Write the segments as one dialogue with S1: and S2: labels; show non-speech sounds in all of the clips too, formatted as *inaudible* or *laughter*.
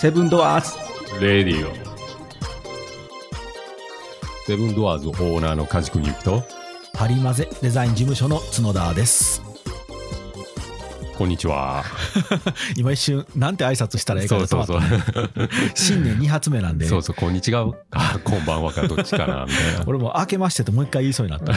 S1: セブンドアーズ
S2: レディオ。セブンドアーズオーナーの梶君ゆきと、
S3: ハリマゼデザイン事務所の角田です。
S2: こんにちは。
S3: 今一瞬、なんて挨拶したらいいか
S2: そ
S3: な
S2: う
S3: と
S2: そ
S3: 思
S2: う
S3: って
S2: そう。
S3: 新年2発目なんで、
S2: そうそう、こんにちはか、こんばんはか、どっちかな、みたいな。
S3: *laughs* 俺も明けましてともう一回言いそうになった。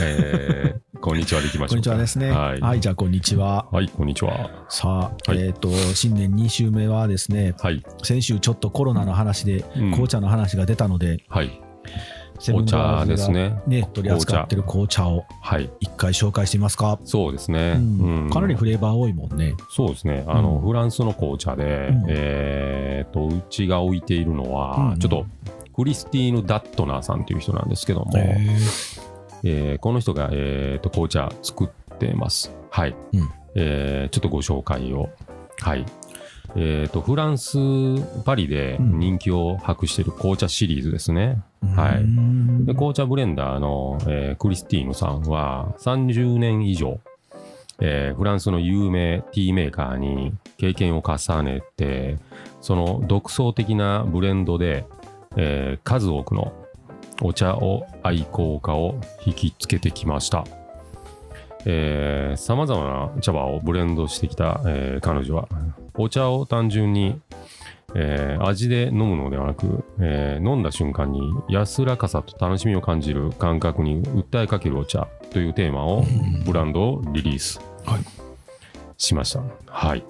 S2: えー、こんにちはでいきましょう。
S3: こんにちはですね。
S2: は。
S3: はいい、
S2: はい、
S3: じゃあこんにちは。
S2: こんにちは。
S3: さあ、
S2: はい
S3: えっ、と、新年2週目はですね、
S2: はい。
S3: 先週ちょっとコロナの話で、
S2: うん
S3: 紅茶の話が出たので、
S2: はい。
S3: セブンドアーズが
S2: お茶ですね
S3: ね、取り扱ってる紅茶を
S2: はい。
S3: 一回紹介してみますか。
S2: そうですね。
S3: うん
S2: うん
S3: かなりフレーバー多いもんね。
S2: そうですね。あの、
S3: うん
S2: フランスの紅茶で、
S3: うん
S2: えーと、うちが置いているのは、
S3: うんうん
S2: ちょっと、クリスティーヌ・ダットナーさんという人なんですけども、えーこの人が、えーと、紅茶作ってます。はい。
S3: うん
S2: えーちょっとご紹介を。はい。えーと、フランス、パリで人気を博している紅茶シリーズですね。はいう
S3: ーん
S2: で紅茶ブレンダーの、えークリスティーヌさんは30年以上、えーフランスの有名ティーメーカーに経験を重ねてその独創的なブレンドで、えー数多くのお茶を愛好家を引きつけてきましたさまざまな茶葉をブレンドしてきた、えー彼女はお茶を単純にえー味で飲むのではなく、えー飲んだ瞬間に安らかさと楽しみを感じる感覚に訴えかけるお茶というテーマをブランドをリリース
S3: はい
S2: しました。はい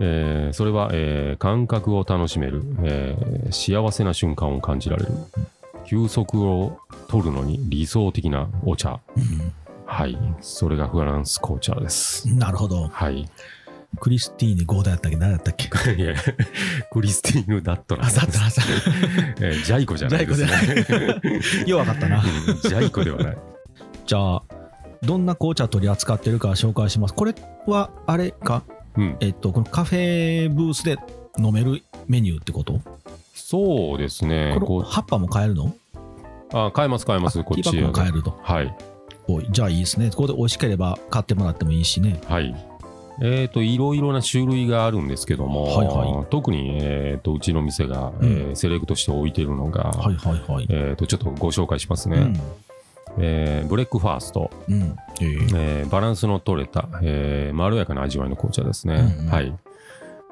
S2: えーそれは、えー感覚を楽しめる、えー幸せな瞬間を感じられる休息を取るのに理想的なお茶、はいそれがフランス紅茶です。
S3: なるほど。
S2: *laughs* はい、い
S3: クリスティーヌ・ゴーダやったっ
S2: *laughs*
S3: け何やったっけ
S2: やクリスティーヌ・ダットなん
S3: あ、
S2: です
S3: だったな、さ *laughs*
S2: えージャイコじゃないですね。
S3: 弱かったな。
S2: うん *laughs* ジャイコではない。
S3: じゃあ、どんな紅茶取り扱ってるか紹介します。これは、あれか、
S2: うん、
S3: えっと、このカフェブースで飲めるメニューってこと、
S2: そうですね。
S3: この
S2: こ
S3: 葉っぱも買えるの
S2: うあ買えます買えます
S3: あ
S2: こ
S3: テ
S2: っ
S3: ィーバ
S2: ち。
S3: ッグも買えると。
S2: はい
S3: おいじゃあいいですね。ここで美味しければ買ってもらってもいいしね。
S2: はい。えー、といろいろな種類があるんですけども、
S3: はいは
S2: 特に、えー、とうちの店が、
S3: うん
S2: えーセレクトして置いているのが、
S3: はいはいはい。
S2: えー、とちょっとご紹介しますね、えーブレックファースト、
S3: うん。うん。ええ
S2: えーバランスの取れた、えーまろやかな味わいの紅茶ですね、
S3: うんうん
S2: はい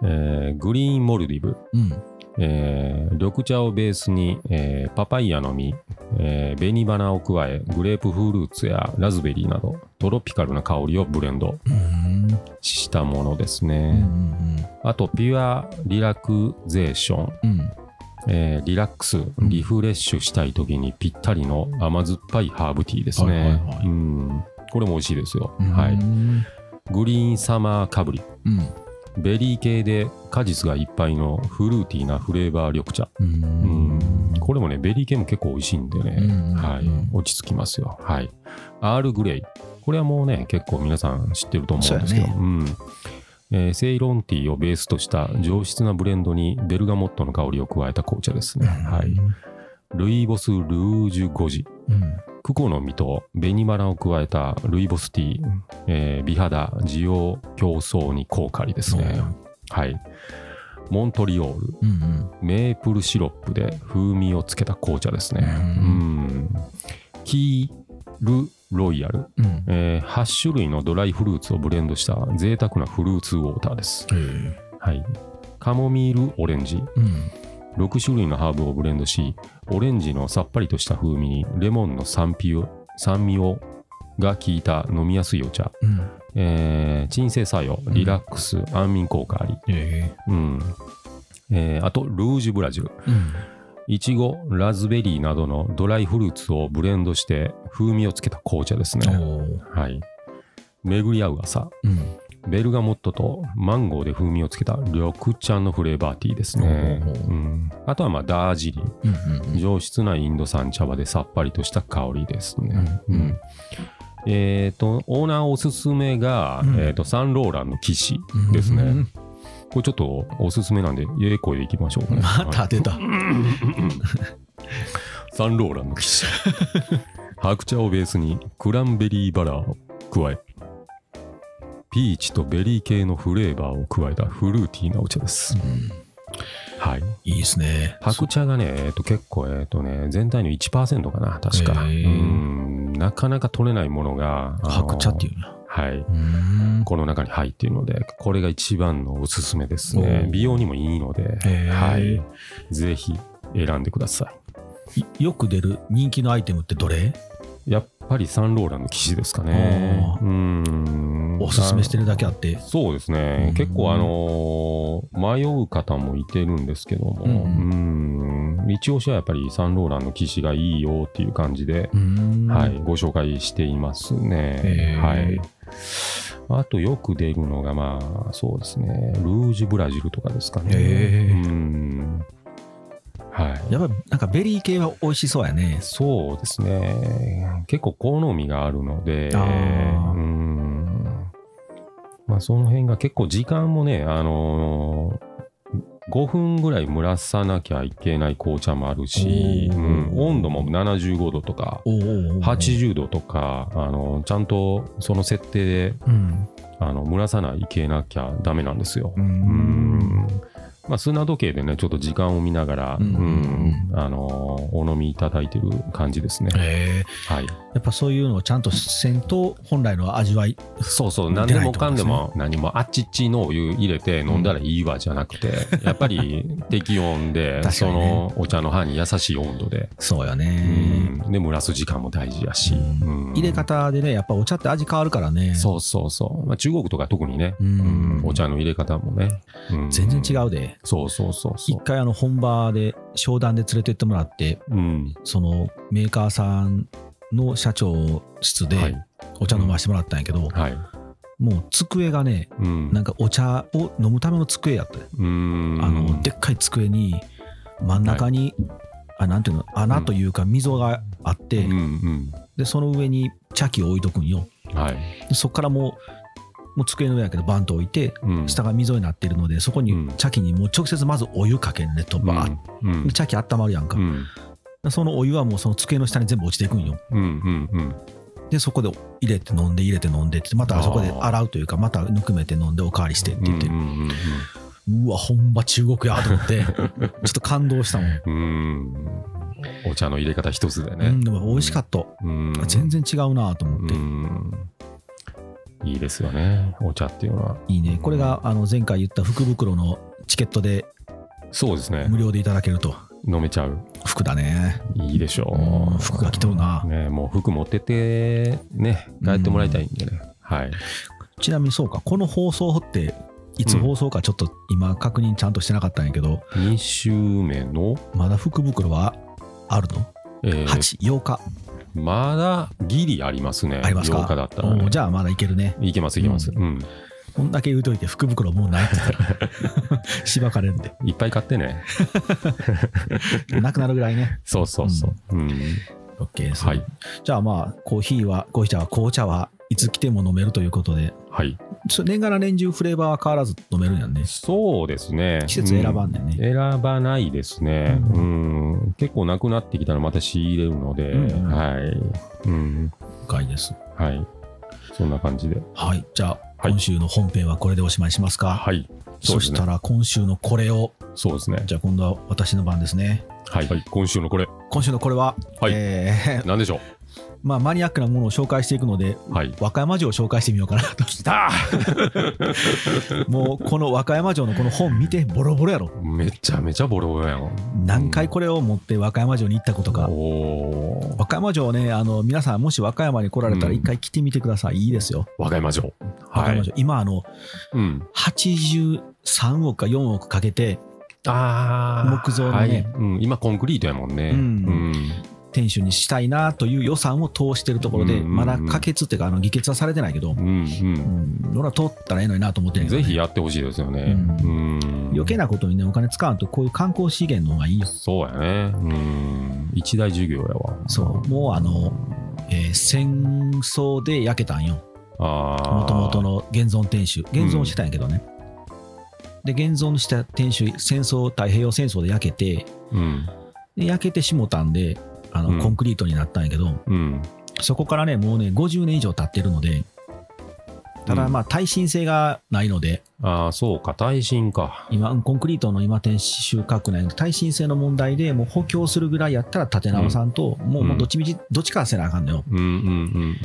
S2: えーグリーンモルディブ、
S3: うん。
S2: えー緑茶をベースに、えーパパイヤの実、えー紅花を加えグレープフルーツやラズベリーなどトロピカルな香りをブレンド
S3: うん。
S2: したものです
S3: うん。
S2: ね、あとピュアリラクゼーション、
S3: うん。うん。
S2: えーリラックス
S3: ん
S2: リフレッシュしたい時にぴったりの甘酸っぱいハーブティーですね、
S3: はいはいはい
S2: うんこれも美味しいですよ、
S3: うん
S2: は
S3: う
S2: い、
S3: ん。
S2: グリーンサマーかぶり
S3: うん。
S2: ベリー系で果実がいっぱいのフルーティーなフレーバー緑茶うんこれもね、ベリー系も結構美味しいんでね、
S3: うん
S2: はい、落ち着きますよ。はい。アールグレイ。これはもうね、結構皆さん知ってると思うんですけど、
S3: そうや
S2: うんえーセイロンティーをベースとした上質なブレンドにベルガモットの香りを加えた紅茶ですね。はい。ルイボス・ルージュ・ゴジ。
S3: うん。
S2: クコの実と紅花を加えたルイボスティー、えー美肌、滋養、競争に効果ありですね。はい。モントリオール、
S3: うんうん。
S2: メープルシロップで風味をつけた紅茶ですね。う。
S3: うん
S2: キールロイヤル、
S3: うん。
S2: えー8種類のドライフルーツをブレンドした贅沢なフルーツウォーターです。
S3: ええ
S2: はい。カモミールオレンジ、
S3: うん。
S2: 6種類のハーブをブレンドし、オレンジのさっぱりとした風味にレモンの酸味を酸味をが効いた飲みやすいお茶、
S3: うん。
S2: えー鎮静作用、リラックス、安眠効果あり、
S3: ええ
S2: うんえーあとルージュブラジル、
S3: うん。
S2: いちご、ラズベリーなどのドライフルーツをブレンドして風味をつけた紅茶ですね。
S3: おー
S2: はい。巡り合う朝、
S3: うん。
S2: ベルガモットとマンゴーで風味をつけた緑茶のフレーバーティーですね。
S3: ほうほうほう
S2: うん、あとはまあダージリン、
S3: うんうん
S2: 上質なインド産茶葉でさっぱりとした香りですね。
S3: うん
S2: うんえっ、と、オーナーおすすめが、
S3: うん
S2: えーとサンローランの騎士
S3: うん。
S2: ですね。
S3: うん
S2: これちょっとおすすめなんで、ええ声でいきましょうかね。
S3: また出た。
S2: サンローランの騎士白茶をベースにクランベリーバラーを加えピーチとベリー系のフレーバーを加えたフルーティーなお茶です。はい。
S3: いいですね。
S2: 白茶がね、えっと、結構、えっとね、全体の1%かな、確か。う
S3: へー
S2: ん、なかなか取れないものが、あの
S3: 白茶っていうな。
S2: はい。
S3: うん
S2: この中に入っているので、これが一番のおすすめですね
S3: お。ー
S2: 美容にもいいので、
S3: へー
S2: はい。ぜひ選んでくださ
S3: いよく出る人気のアイテムってどれ
S2: い。やっぱりサンローランの生地ですかね。
S3: お
S2: うん。
S3: おすすめしてるだけあって。
S2: そうですね、
S3: うん
S2: 結構、あのー迷う方もいてるんですけども、
S3: う
S2: うん一押しはやっぱりサンローランの騎士がいいよっていう感じで、
S3: うん
S2: はい、ご紹介しています
S3: へー
S2: ね。はいあとよく出るのが、まあ、そうですね、ルージュブラジルとかですか
S3: へ
S2: ね。
S3: ー
S2: うんはい、
S3: やっぱりなんかベリー系は美味しそうやね。
S2: そうですね。結構好みがあるので、う
S3: あー
S2: ん。まあ、その辺が結構時間もね、あのー5分ぐらい蒸らさなきゃいけない紅茶もあるし、
S3: お
S2: う
S3: ー
S2: ん、温度も75度とか、
S3: おうおうおう
S2: 80度とか、あのーちゃんとその設定で
S3: うん
S2: あの蒸らさないけなきゃダメなんですよ。
S3: う
S2: うんんまあ、砂時計でね、ちょっと時間を見ながら、
S3: う
S2: うん
S3: うん
S2: んあのーお飲みいただいてる感じですね。
S3: へえ
S2: はい、
S3: やっぱそういうのをちゃんとせんと本来の味わい
S2: そうそう、
S3: 出ない
S2: 何でもかんでも、何もあっちっちのお湯入れて飲んだらいいわじゃなくて、 *laughs* やっぱり適温で、
S3: *laughs* 確か
S2: そ
S3: にね
S2: のお茶の歯に優しい温度で、
S3: そうよ
S2: う
S3: ね、
S2: ん、で、蒸らす時間も大事やし、うん
S3: 入れ方でねやっぱお茶って味変わるからね
S2: そうそうそう、まあ、中国とか特にね、
S3: うん
S2: うんお茶の入れ方もね、うん
S3: 全然違うで
S2: そうそうそうそ
S3: 一
S2: う。
S3: 回あの本場で商談で連れてってもらって
S2: うん
S3: そのメーカーさんの社長室で
S2: はい
S3: お茶飲ましてもらったんやけど、
S2: はい。
S3: もう机がね
S2: うん
S3: なんかお茶を飲むための机やったよ
S2: うん
S3: あのでっかい机に真ん中に、あなんていうの穴というか溝があって、
S2: うん
S3: でその上に茶器を置いとくんよ
S2: うん。はい。
S3: でそこからもうもう机の上やけどバンと置いて
S2: うん
S3: 下が溝になってるのでそこに
S2: うん
S3: 茶器にもう直接まずお湯かけんねとバーッ
S2: うんうん
S3: で茶器温まるやんか、
S2: うん
S3: でそのお湯はもうその机の下に全部落ちていくんよ
S2: うんうんうん
S3: でそこで入れて飲んで入れて飲んでってまたあそこで洗うというかまたぬくめて飲んでおかわりしてって言って、
S2: うんうん
S3: うわ本場中国やと思って
S2: *laughs*
S3: ちょっと感動したもん、
S2: うんうんお茶の入れ方一つで
S3: うん、
S2: ね。
S3: でも美味しかった、
S2: うん
S3: 全然違うなと思って、
S2: うんいいですよね、お茶っていうのは。
S3: いいねこれがあの前回言った福袋のチケットで
S2: そうですね
S3: 無、料でいただけると
S2: 飲めちゃう。
S3: 服だね
S2: いいでしょ
S3: うん
S2: う。
S3: 服が着てるな
S2: ね、もう服持ってって、ね、帰ってもらいたいんでね。はい。
S3: ちなみにそうかこの放送っていつ放送かちょっと今確認ちゃんとしてなかったんやけど、
S2: 2週目の、
S3: まだ福袋はあるの
S2: えー
S3: ?8、8日
S2: まだギリありますね。
S3: ありますか
S2: 8日だったら
S3: お
S2: ね
S3: う。じゃあまだいけるね。
S2: いけますいけます、
S3: う
S2: うん
S3: こんだけ言うといて福袋もうないって言ったら *laughs* しばかれるんで
S2: いっぱい買ってね
S3: なくなるぐらいね。
S2: そうそうそう、うん
S3: OK です、
S2: はい
S3: じゃあまあコーヒーはコーヒー茶は紅茶はいつ来ても飲めるということで
S2: はい
S3: そ年がら年中フレーバーは変わらず飲めるんやんね。
S2: そうですね
S3: 季節選ばんねんね。
S2: うん選ばないですね、
S3: う
S2: うん結構なくなってきたらまた仕入れるので、
S3: うん
S2: はい、うん、
S3: 深いです。
S2: はいそんな感じで
S3: はい。じゃあ、
S2: はい
S3: 今週の本編はこれでおしまいしますか。
S2: はいそ
S3: そう
S2: です
S3: し
S2: ね
S3: たら今週のこれを、
S2: そうですね
S3: じゃあ今度は私の番ですね。
S2: はい、はい、今週のこれ
S3: 今週のこれは、
S2: はい
S3: えー *laughs*
S2: 何でしょ
S3: まあ、マニアックなものを紹介していくので、
S2: うはい
S3: 和歌山城を紹介してみようかな
S2: *laughs*
S3: と。
S2: きた
S3: もうこの和歌山城のこの本見て、ボロボロやろ。
S2: めちゃめちゃボロボロやん
S3: 何回これを持って和歌山城に行ったことか。
S2: おー
S3: 和歌山城ね、あの皆さん、もし和歌山に来られたら、
S2: うん
S3: 一回来てみてください、いいですよ、
S2: 和歌山城
S3: 和歌
S2: は
S3: 山
S2: い
S3: 城、今あの、
S2: うん
S3: 83億か4億かけて、
S2: あー
S3: 木造のね
S2: はいうん、今コンクリートやもんね、
S3: うん
S2: うん
S3: 天守にしたいなという予算を通してるところで、
S2: うんうんうん
S3: まだ可決っていうか、あの議決はされてないけど
S2: う、ん
S3: うん、俺は通ったらええのになと思って
S2: うんん、
S3: やけど
S2: ぜ
S3: ね
S2: ひやってほしいですよね。
S3: う
S2: うん、
S3: 余計なことにね、お金使わんと、こういう観光資源の方がいいよ。
S2: そうやね。うん、一大事業やわ。
S3: そう、もうあの、えー戦争で焼けたんよ、
S2: あ
S3: もともと
S2: の。
S3: の現存天守、現存してたんやけどね。で現存した天守、戦争、太平洋戦争で焼けて、
S2: うん、
S3: で焼けてしもたんであの、
S2: うん
S3: コンクリートになったんやけど
S2: うん、
S3: そこからねもうね50年以上経ってるのでただまあ耐震性がないので、
S2: ああ、そうか、耐震か。
S3: 今コンクリートの今天収穫内の耐震性の問題でもう補強するぐらいやったら立て直さんと、もう
S2: うん
S3: もうどっちみちどっちかはせなあかんのよ
S2: うんうん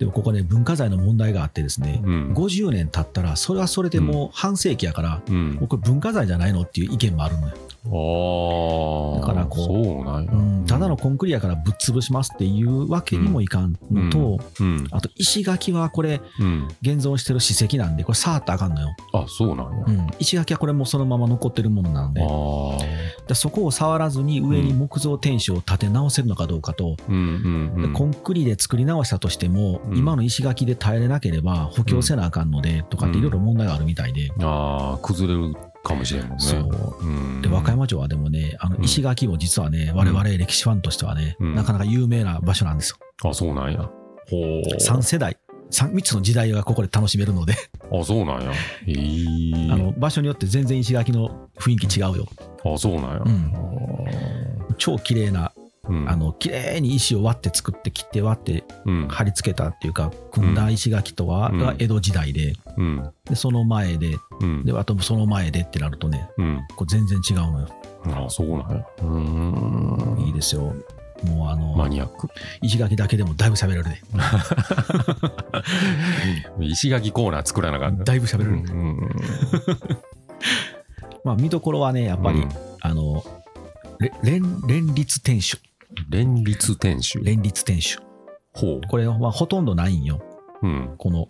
S3: でもここね文化財の問題があってですね
S2: うん、うん。うん
S3: 50年経ったらそれはそれでもう半世紀やから、
S2: うん、
S3: 僕文化財じゃないのっていう意見もあるのよ、
S2: ああ、
S3: だからこう
S2: そうなんや
S3: うん、ただのコンクリやからぶっ潰しますっていうわけにもいかんのと、
S2: うん、
S3: あと石垣はこれ
S2: うん、
S3: 現存してる史跡なんでこれ触ったらあかんのよ、
S2: あそうなんや。
S3: うん、石垣はこれもうそのまま残ってるものなんで
S2: ああ、
S3: でそこを触らずに上に木造天守を建て直せるのかどうかと、
S2: うんうんう
S3: で
S2: ん。
S3: コンクリで作り直したとしても、
S2: うん
S3: 今の石垣で耐えれなければ補強せなあかんのでとかっていろいろ問題があるみたいで、
S2: ああ、崩れるかもしれんもんね。
S3: そう
S2: うん、
S3: で和歌山城はでもねあの
S2: うん
S3: 石垣も実はね、我々歴史ファンとしてはね、
S2: うん
S3: なかなか有名な場所なんですよ、
S2: あそうなんや。ほう。
S3: 3世代 3, つの時代がここで楽しめるので、
S2: あそうなんや。えー、
S3: あの場所によって全然石垣の雰囲気違うよ
S2: あそうなんや。
S3: うん
S2: あ
S3: 超綺麗な
S2: ーうん
S3: あの綺麗に石を割って作って切って割って
S2: うん
S3: 貼り付けたっていうか組んだ石垣とは、
S2: うん
S3: が江戸時代で
S2: うん
S3: でその前で
S2: うん
S3: であとその前でってなるとね
S2: うん
S3: こう全然違うのよ
S2: あそうなんや。うーん
S3: いいですよもうあの
S2: マニアック。
S3: 石垣だけでもだいぶ喋れる
S2: *laughs*
S3: ね
S2: 石垣コーナー作らなかった。
S3: だいぶ喋
S2: う
S3: れ
S2: ん
S3: る、ねまあ見どころはねやっぱり、
S2: うん
S3: あのれ連連立天守
S2: 連立天守。
S3: 連立天守
S2: ほう。
S3: これはほとんどないんよ
S2: うん。
S3: この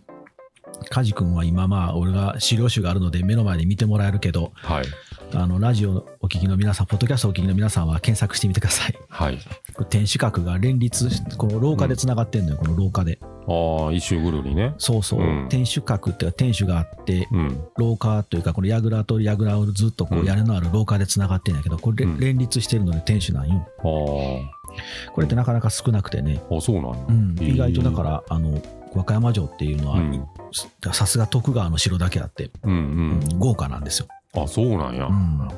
S3: 梶君は今まあ俺が資料集があるので目の前で見てもらえるけど
S2: はい。
S3: あのラジオお聞きの皆さん、ポッドキャストお聞きの皆さんは検索してみてください。
S2: はい。
S3: これ天守閣が連立し、この廊下でつながってんのよ、この廊下で。
S2: ああ、一周ぐるりね。
S3: そうそう、
S2: うん
S3: 天守閣っていうか天守があって、
S2: うん。
S3: 廊下というか、この櫓と櫓をずっとこ
S2: うん
S3: う屋根のある廊下でつながってんだけど、これ、
S2: うん
S3: 連立してるので天守なんよ。
S2: あ
S3: これってなかなか少なくてね、
S2: あ、あそうなんや。
S3: うん、
S2: へえ
S3: 意外とだから、あの和歌山城っていうのは、
S2: うん
S3: さすが徳川の城だけあって、
S2: うんうん。
S3: うん豪華なんですよ。
S2: あそうなんや。
S3: うん、
S2: あ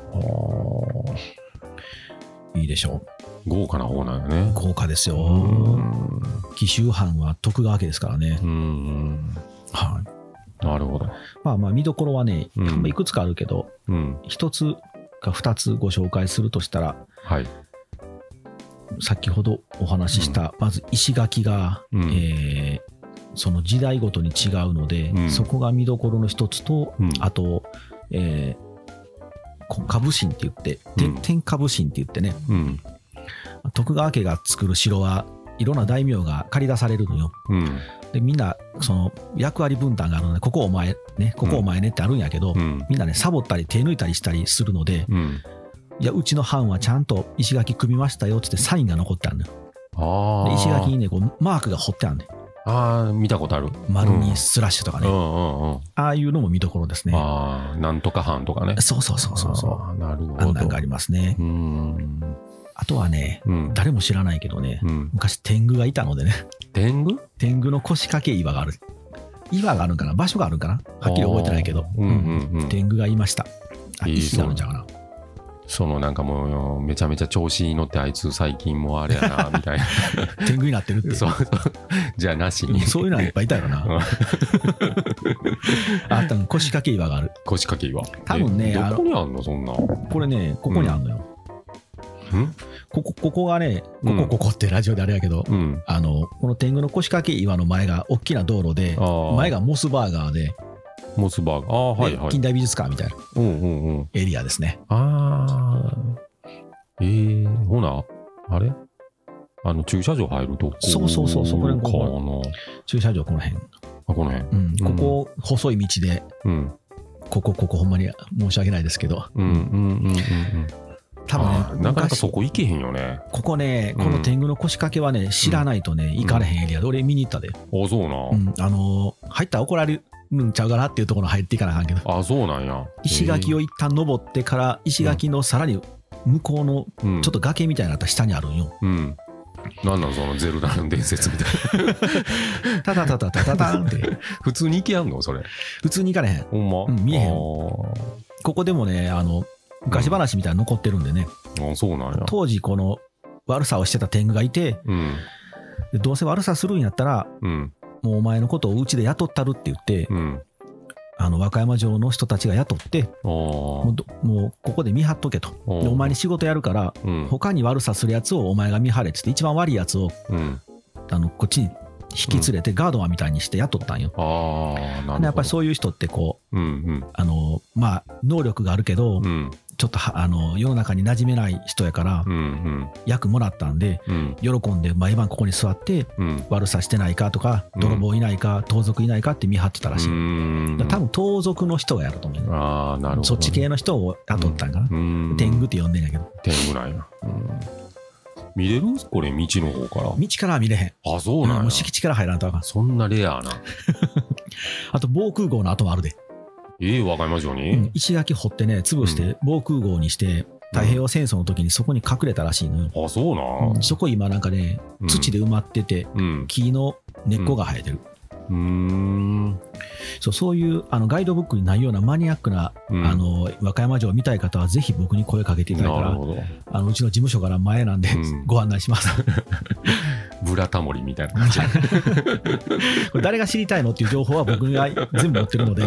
S2: ー
S3: いいでしょ
S2: 豪華な方なんやね
S3: う、。豪華です
S2: う
S3: よ。
S2: ん
S3: 紀州藩は徳川家ですからね。
S2: うん。
S3: はい
S2: なるほど。
S3: まあまあ見どころはね、
S2: うん
S3: まあいくつかあるけど、
S2: うん。
S3: 一つか二つご紹介するとしたら、
S2: はい。
S3: 先ほどお話しした、まず石垣が、
S2: うん
S3: えーその時代ごとに違うので、
S2: うん
S3: そこが見どころの一つと、
S2: うん
S3: あと、えーこ株神って言って、
S2: うん
S3: 天天株神って言ってね、
S2: うん。
S3: 徳川家が作る城はいろんな大名が借り出されるのよ。
S2: うん。
S3: で、みんな、その役割分担があるので、ここお前ね、ここお前ねってあるんやけど、
S2: うん。
S3: みんなね、サボったり手抜いたりしたりするので、
S2: うん。
S3: いや、うちの班はちゃんと石垣組みましたよってってサインが残ってあるのよ。
S2: ああ。
S3: で石垣にね、こうマークが彫ってあるのよ。
S2: ああ、見たことある。
S3: 丸
S2: う
S3: に
S2: ん
S3: スラッシュとか
S2: う
S3: ね。
S2: んうんうん。
S3: ああいうのも見どころですね。
S2: ああ、なんとか班とかね。
S3: そうそうそうそうそう。
S2: あーなるほ
S3: あ
S2: ど。
S3: んなんがありますね
S2: う。ーん。
S3: あとはね、
S2: うん。
S3: 誰も知らないけどね
S2: う、ん。
S3: 昔天狗がいたのでね、 *laughs*
S2: 天狗
S3: 天狗の腰掛け岩がある。岩があるんかな場所があるんかなはっきり覚えてないけど。
S2: うんうんうん。
S3: 天狗がいました。あ
S2: いい
S3: 石があるんちゃうかな。
S2: そのなんかもう、めちゃめちゃ調子に乗って、あいつ最近もうあれやな、み
S3: *laughs*
S2: たいな。
S3: 天狗になってるって。
S2: *laughs* そうそう。じゃあなしに。
S3: そういうのはいっぱいいたよな。 *laughs* あったの腰掛け岩がある。
S2: 腰掛けは。
S3: 多分ね
S2: え
S3: あの
S2: どこにあんの、そんな。
S3: これね、ここにあるのよ。
S2: うん
S3: ここ、ここがね、こ
S2: うん
S3: こ、ここってラジオであれやけど、
S2: うん。
S3: あの、この天狗の腰掛け岩の前が大きな道路で、
S2: ああ。
S3: 前。がモスバーガーで、
S2: モスバーガー。ああー、はい
S3: で
S2: は
S3: 近
S2: い。
S3: 代美術館みたいな
S2: うんうんうん。
S3: エリアですね。
S2: ああ。ええ、ほな、あれあの、駐車場入るとこ
S3: そうそうそうそうこれこ
S2: かな。
S3: こ駐車場この辺。
S2: あ、この辺。
S3: うん、
S2: うん
S3: ここ、細い道で、
S2: うん。
S3: ここ、ここ、ほんまに申し訳ないですけど、
S2: うんうんうんうんうん。
S3: 多
S2: あ
S3: 分
S2: ー
S3: ね、
S2: なかなか
S3: 昔
S2: そこ行けへんよね。
S3: ここね、この天狗の腰掛けはね、知らないとね、行かれへんエリアで、俺見に行ったで。
S2: あ、そ
S3: う
S2: うな。
S3: ん、あのー入ったら怒られるんちゃうかなっていうところ入っていかなあかんけど
S2: あ、そうなんや。
S3: 石垣を
S2: へ
S3: 一旦登ってから石垣のさらに向こうの
S2: え、うん、
S3: ちょっと崖みたいなのが下にあるんよ、
S2: うん。なんなんそのゼルダの伝説みたい
S3: *laughs*
S2: な。
S3: タタタタタタタンって *laughs*
S2: 普通に行けやんのそれ。
S3: 普通に行かれへん
S2: ほんま。
S3: うん見えへん
S2: あー
S3: ここでもねあの昔話みたいなの残ってるんでね、
S2: あ、そうなんや。
S3: 当時この悪さをしてた天狗がいて
S2: うん。
S3: でどうせ悪さするんやったら
S2: うん。
S3: もうお前のことをうちで雇ったるって言って、
S2: うん。
S3: あの和歌山城の人たちが雇って、
S2: お
S3: もうどもうここで見張っとけと。
S2: お
S3: でお前に仕事やるから、
S2: うん。
S3: 他に悪さするやつをお前が見張れっつって、一番悪いやつを
S2: うん。
S3: あのこっちに引き連れて、ガードマンみたいにして雇ったんよ。
S2: ああ、なるほど。
S3: でやっぱりそういう人ってこう
S2: う。うん
S3: あの、まあ、能力があるけど、
S2: うん。うん
S3: ちょっとはあの世の中に馴染めない人やから、
S2: うん
S3: 役もらったんで、
S2: うんうん
S3: 喜んで毎晩ここに座って、
S2: うん。
S3: 悪さしてないかとか、
S2: うん
S3: 泥棒いないか、盗賊いないかって見張ってたらしい。
S2: うん
S3: だから多分盗賊の人がやると思うね、
S2: ああ、なるほどね。
S3: そっち系の人を雇ったんかな。
S2: うん。
S3: 天狗って呼んでんやけど、
S2: 天狗なんや。うん見れるこれ、道の方から。
S3: 道からは見れへん。
S2: あ、そうなん
S3: も
S2: や
S3: う。敷地から入らんとあかん。
S2: そんなレアな。
S3: あと防空壕の跡もあるで。
S2: ええ、和歌山城
S3: うん
S2: に
S3: 石垣掘ってね、潰して防空壕にして、太平洋戦争の時にそこに隠れたらしいのよ。
S2: あ、そう
S3: う
S2: なん
S3: そこ今なんかね、
S2: うん。
S3: 土で埋まってて、
S2: うん。
S3: 木の根っこが生えてる。
S2: うーん。
S3: そうそういうあのガイドブックにないようなマニアックな、
S2: うん
S3: あの和歌山城を見たい方はぜひ僕に声かけていただいた
S2: なる
S3: ら
S2: ほど。
S3: あのうちの事務所から前なんで、
S2: うん
S3: ご案内します
S2: ブラタモリみたいな感じ。
S3: これ誰が知りたいのっていう情報は僕が全部持ってるので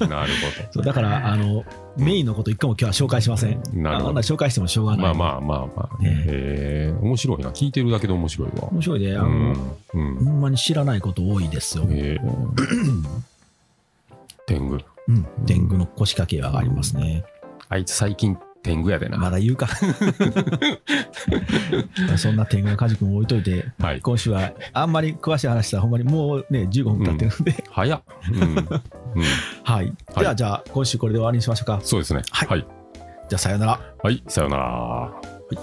S2: なる
S3: そうだからあのメインのこと一個も今日は紹介しません
S2: ほど。な
S3: あ
S2: る
S3: ん
S2: ほ
S3: な紹
S2: ど。
S3: 介してもしょうがない、
S2: まあまあまあまあ。
S3: ね
S2: へえ、面白いな。聞いてるだけで面白いわ。
S3: 面白いねあの、
S2: うん。う
S3: ほ
S2: ん
S3: んまに知らないこと多いですよ、
S2: へえ。天狗。
S3: うん、天狗の腰掛けがありますね、
S2: あいつ最近天狗やでな。
S3: まだ言うか *laughs* そんな天狗の梶君を置いといて
S2: はい。
S3: 今週はあんまり詳しい話したらほんまにもうね15分経ってるので、
S2: 早っ。うん。うん
S3: はいではじゃあ今週これで終わりにしましょうか
S2: そうですね。
S3: はい
S2: はい。
S3: じゃあさようなら
S2: はい。さよなら。
S3: はい